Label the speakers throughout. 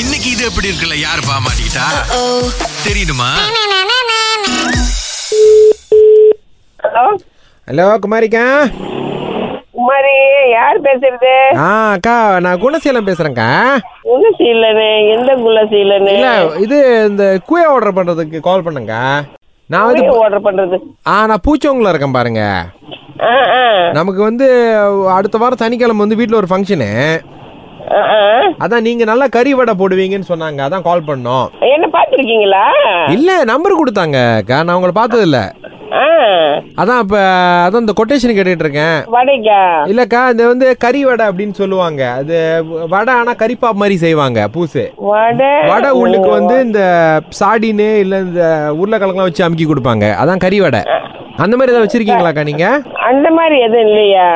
Speaker 1: இன்னைக்கு இது எப்படி இருக்குல்ல யார் பாமாட்டா தெரியுமா
Speaker 2: ஹலோ
Speaker 3: ஹலோ குமாரிக்கா
Speaker 2: குமாரி யார் பேசுறது
Speaker 3: ஆ அக்கா நான் குணசீலம் பேசுறேன்க்கா
Speaker 2: குள்ள சீலனு எந்த குள்ள சீலனு
Speaker 3: இல்ல இது இந்த குய ஆர்டர் பண்றதுக்கு கால் பண்ணுங்க நான் வந்து
Speaker 2: ஆர்டர் பண்றது
Speaker 3: ஆ நான் பூச்சவங்கள இருக்கேன் பாருங்க
Speaker 2: ஆ, ஆ,
Speaker 3: நமக்கு வந்து அடுத்த வாரம் சனிக்கிழமை வந்து வீட்டில் ஒரு ஃபங்க்ஷனு
Speaker 2: ஆ, ஆ.
Speaker 3: அதான் நீங்க நல்லா கறி வடை போடுவீங்கன்னு சொன்னாங்க அதான் கால் பண்ணோம்
Speaker 2: என்ன பாத்திருக்கீங்களா
Speaker 3: இல்ல நம்பர் கொடுத்தாங்க அக்கா நான் உங்களை பார்த்தது இல்ல
Speaker 2: ஆ,
Speaker 3: அதான் இப்ப அதான் இந்த கொட்டேஷன் கேட்டுட்டு இருக்கேன்
Speaker 2: வடைக்கா
Speaker 3: இல்லக்கா இது வந்து கறி வடை அப்படின்னு சொல்லுவாங்க அது வடை ஆனா கறிப்பாப் மாதிரி செய்வாங்க பூசு
Speaker 2: வடை
Speaker 3: வடை உள்ளுக்கு வந்து இந்த சாடின்னு இல்ல இந்த உருளைக்கிழங்குலாம் வச்சு அமுக்கி கொடுப்பாங்க அதான் கறி வடை அந்த மாதிரி ஏதாவது வச்சிருக்கீங்களாக்கா நீங்க
Speaker 2: அந்த மாதிரி எதுவும் இல்லையா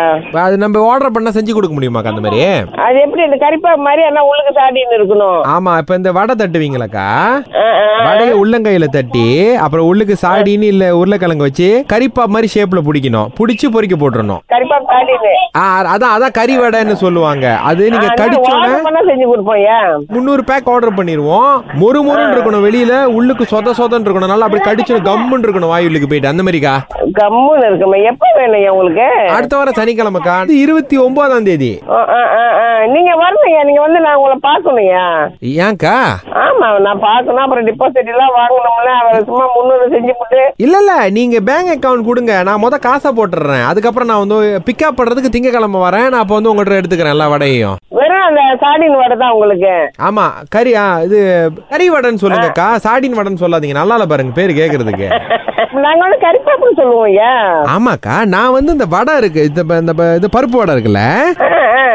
Speaker 3: அது நம்ம ஆர்டர் பண்ணா செஞ்சு கொடுக்க முடியுமாக்கா அந்த மாதிரி
Speaker 2: அது எப்படி இந்த கரிப்பா மாதிரி ஆனா உள்ளுக்கு சாடின்னு இருக்கணும்
Speaker 3: ஆமா இப்ப இந்த வடை தட்டுவீங்களாக்கா
Speaker 2: ஆ, ஆ.
Speaker 3: வடையை உள்ளங்கையில தட்டி அப்புறம் உள்ளுக்கு சாடின்னு இல்ல உருளைக்கிழங்கு வச்சு கறிப்பாப் மாதிரி ஷேப்ல பிடிக்கணும் பிடிச்சு பொரிக்க போட்டுறணும்
Speaker 2: கரிப்பா சாடின்னு
Speaker 3: ஆ, அதான் அதான் கறி வடைன்னு சொல்லுவாங்க அது நீங்க கடிச்சோன்னே
Speaker 2: ஆர்டர் பண்ணா செஞ்சு கொடுப்போம்யா
Speaker 3: முந்நூறு பேக் ஆர்டர் பண்ணிடுவோம் மொறு மொறுன்னு இருக்கணும் வெளியில உள்ளுக்கு சொத சொதன்னு இருக்கணும் நல்லா அப்படி கடிச்சு கம்முன்னு இருக்கணும் வாய் உள்ளுக்கு போயிட்டு அந்த மாதிரிக்கா
Speaker 2: கம்முன்னு இருக்குமா எப்ப வேணும்யா உங்களுக்கு
Speaker 3: அடுத்த வாரம் சனிக்கிழமைக்கா இருபத்தி ஒன்பதாம் தேதி
Speaker 2: ஆ, ஆ, ஆ, ஆ. நீங்க வரணும்யா நீங்க வந்து நான் உங்களை பாக்கணும்யா
Speaker 3: ஏன்க்கா
Speaker 2: ஆமா நான் பார்க்கணும் அப்புறம் டெபாசிட் எல்லாம் வாங்கணும்ல அவர் சும்மா முந்நூறு செஞ்சு போட்டு
Speaker 3: இல்ல இல்ல நீங்க பேங்க் அக்கவுண்ட் கொடுங்க நான் முத காசை போட்டுறேன் அதுக்கப்புறம் நான் வந்து பிக்கப் பண்றதுக்கு திங்கக்கிழமை வரேன் நான் அப்போ வந்து உங்கள்கிட்ட எடுத்துக்கிறேன் எல்லா வடையையும்
Speaker 2: வெறும் அந்த சாடின் வடை தான் உங்களுக்கு
Speaker 3: ஆமா கறி ஆ, இது கறி வடைன்னு சொல்லுங்கக்கா சாடின் வடைன்னு சொல்லாதீங்க நல்லா இல்ல பாருங்க பேரு கேக்குறதுக்கு
Speaker 2: நாங்க வந்து கறிப்பாப்புன்னு சொல்லுவோம் ஐயா
Speaker 3: ஆமாக்கா நான் வந்து இந்த வடை இருக்கு இந்த ப- இந்த ப- இது பருப்பு வடை இருக்குல்ல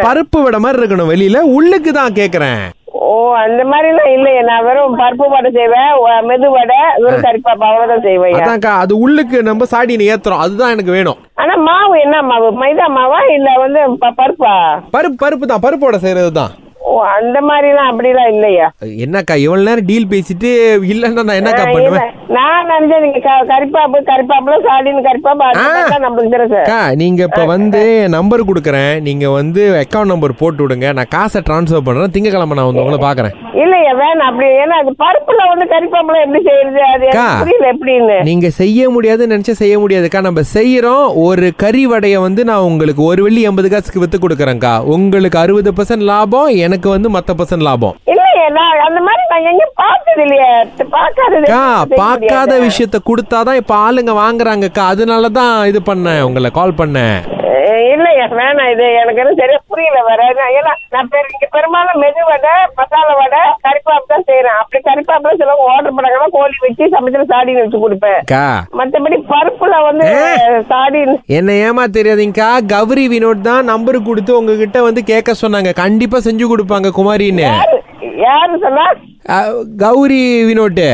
Speaker 3: பருப்பு வடை மாதிரி இருக்கணும் வெளியில உள்ளுக்கு தான் கேக்குறேன்
Speaker 2: ஓ அந்த மாதிரிலாம் இல்லையே நான் வெறும் பருப்பு வடை செய்வேன் ஒ- மெது வடை வெறும் கறிப்பாப்பு அவ்வளவுதான் செய்வேன் ஐயா
Speaker 3: அதான்க்கா அது உள்ளுக்கு நம்ம சாடின்னு ஏத்துறோம் அதுதான் எனக்கு வேணும்
Speaker 2: ஆனா மாவு என்ன மாவு மைதா மாவா இல்ல வந்து ப- பருப்பா
Speaker 3: பருப்பு பருப்பு தான் பருப்பு வடை செய்யறது தான்
Speaker 2: ஓ அந்த மாதிரிலாம் அப்படிலாம் இல்லையா
Speaker 3: என்னக்கா இவ்வளவு நேரம் டீல் பேசிட்டு இல்லன்னா நான் என்னக்கா
Speaker 2: நான்
Speaker 3: பண்ணுவேன்
Speaker 2: இல்ல- நான் நினைச்சேன் நீங்க க- கறிப்பாப்பு கறிப்பாப்புல சாடின்னு கறிப்பாப்பு அது
Speaker 3: ஆ.
Speaker 2: தான் நம்மளுக்கு தெரியும் சார்
Speaker 3: அக்கா நீங்க இப்ப வந்து நம்பர் கொடுக்குறேன் நீங்க வந்து அக்கவுண்ட் நம்பர் போட்டு விடுங்க நான் காசை டிரான்ஸ்ஃபர் பண்றேன் திங்கக்கிழமை நான் வந்து உங்களை பாக்குறேன்
Speaker 2: இல்லையா வேணாம் அப்படி ஏன்னா அது பருப்புல வந்து கறிப்பாப்புல எப்படி செய்யறது அது எனக்கு
Speaker 3: அக்கா.
Speaker 2: புரியல எப்படின்னு
Speaker 3: நீங்க செய்ய முடியாதுன்னு நினைச்சா செய்ய முடியாதுக்கா நம்ம செய்யறோம் ஒரு கறி வடையை வந்து நான் உங்களுக்கு ஒரு வெள்ளி எண்பது காசுக்கு வித்து கொடுக்குறேன்க்கா உங்களுக்கு அறுபது பர்சன்ட் லாபம் எனக்கு வந்து மத்த பர்சன்ட் லாபம்
Speaker 2: இல்லையே நான் அந்த மாதிரி நான் எங்கேயும் பார்த்தது இல்லையே பார்க்காதது
Speaker 3: அக்கா
Speaker 2: செய்ய
Speaker 3: பார்க்காத
Speaker 2: முடியாது.
Speaker 3: விஷயத்த கொடுத்தாதான் இப்ப ஆளுங்க வாங்குறாங்கக்கா அதனால தான் இது பண்ணேன் உங்களை கால் பண்ணேன்
Speaker 2: அஹ் இல்லையா வேணாம் இது எனக்கு என்ன சரியா புரியல வேற ஏன்னா- ஏன்னா நான் பெரு- இங்க பெரும்பாலும் மெது வடை மசாலா வடை கறிப்பாப்பு தான் செய்யறேன் அப்படி கறிப்பாப்புல சிலவங்க ஆர்டர் பண்ணாங்கன்னா கோழி வச்சு சமைச்சல சாடின்னு வச்சு கொடுப்பேன்
Speaker 3: அக்கா
Speaker 2: மத்தபடி பருப்புல வந்து சாடின்னு
Speaker 3: என்ன ஏமா தெரியாதீங்கக்கா கௌரி வினோத் தான் நம்பர் கொடுத்து உங்ககிட்ட வந்து கேட்க சொன்னாங்க கண்டிப்பா செஞ்சு கொடுப்பாங்க குமாரின்னு
Speaker 2: யாரு சொன்னா
Speaker 3: அ, கௌரி வினோட்டு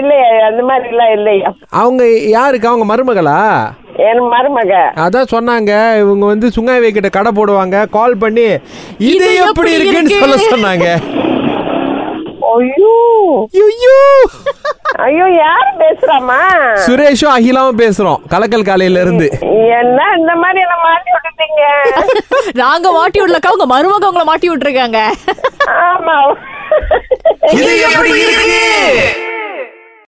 Speaker 2: இல்லையா அந்த மாதிரி எல்லாம் இல்லையா
Speaker 3: அவங்க யாருக்கு அவங்க மருமகளா
Speaker 2: என் மருமக
Speaker 3: அதான் சொன்னாங்க இவங்க வந்து சுங்காய் கிட்ட கடை போடுவாங்க கால் பண்ணி இது எப்படி இருக்குன்னு சொல்ல சொன்னாங்க
Speaker 2: ஐயோ
Speaker 3: ஐயோ
Speaker 2: ஐயோ யார் பேசுறாமா
Speaker 3: சுரேஷும் அகிலாவும் பேசுறோம் கலக்கல் காலையில இருந்து
Speaker 2: என்ன இந்த மாதிரி என்ன மாட்டி விட்டுட்டீங்க
Speaker 4: நாங்க மாட்டி விடலக்கா உங்க மருமக உங்களை மாட்டி விட்டுருக்காங்க
Speaker 2: ஆமா
Speaker 1: இது எப்படி இருக்கு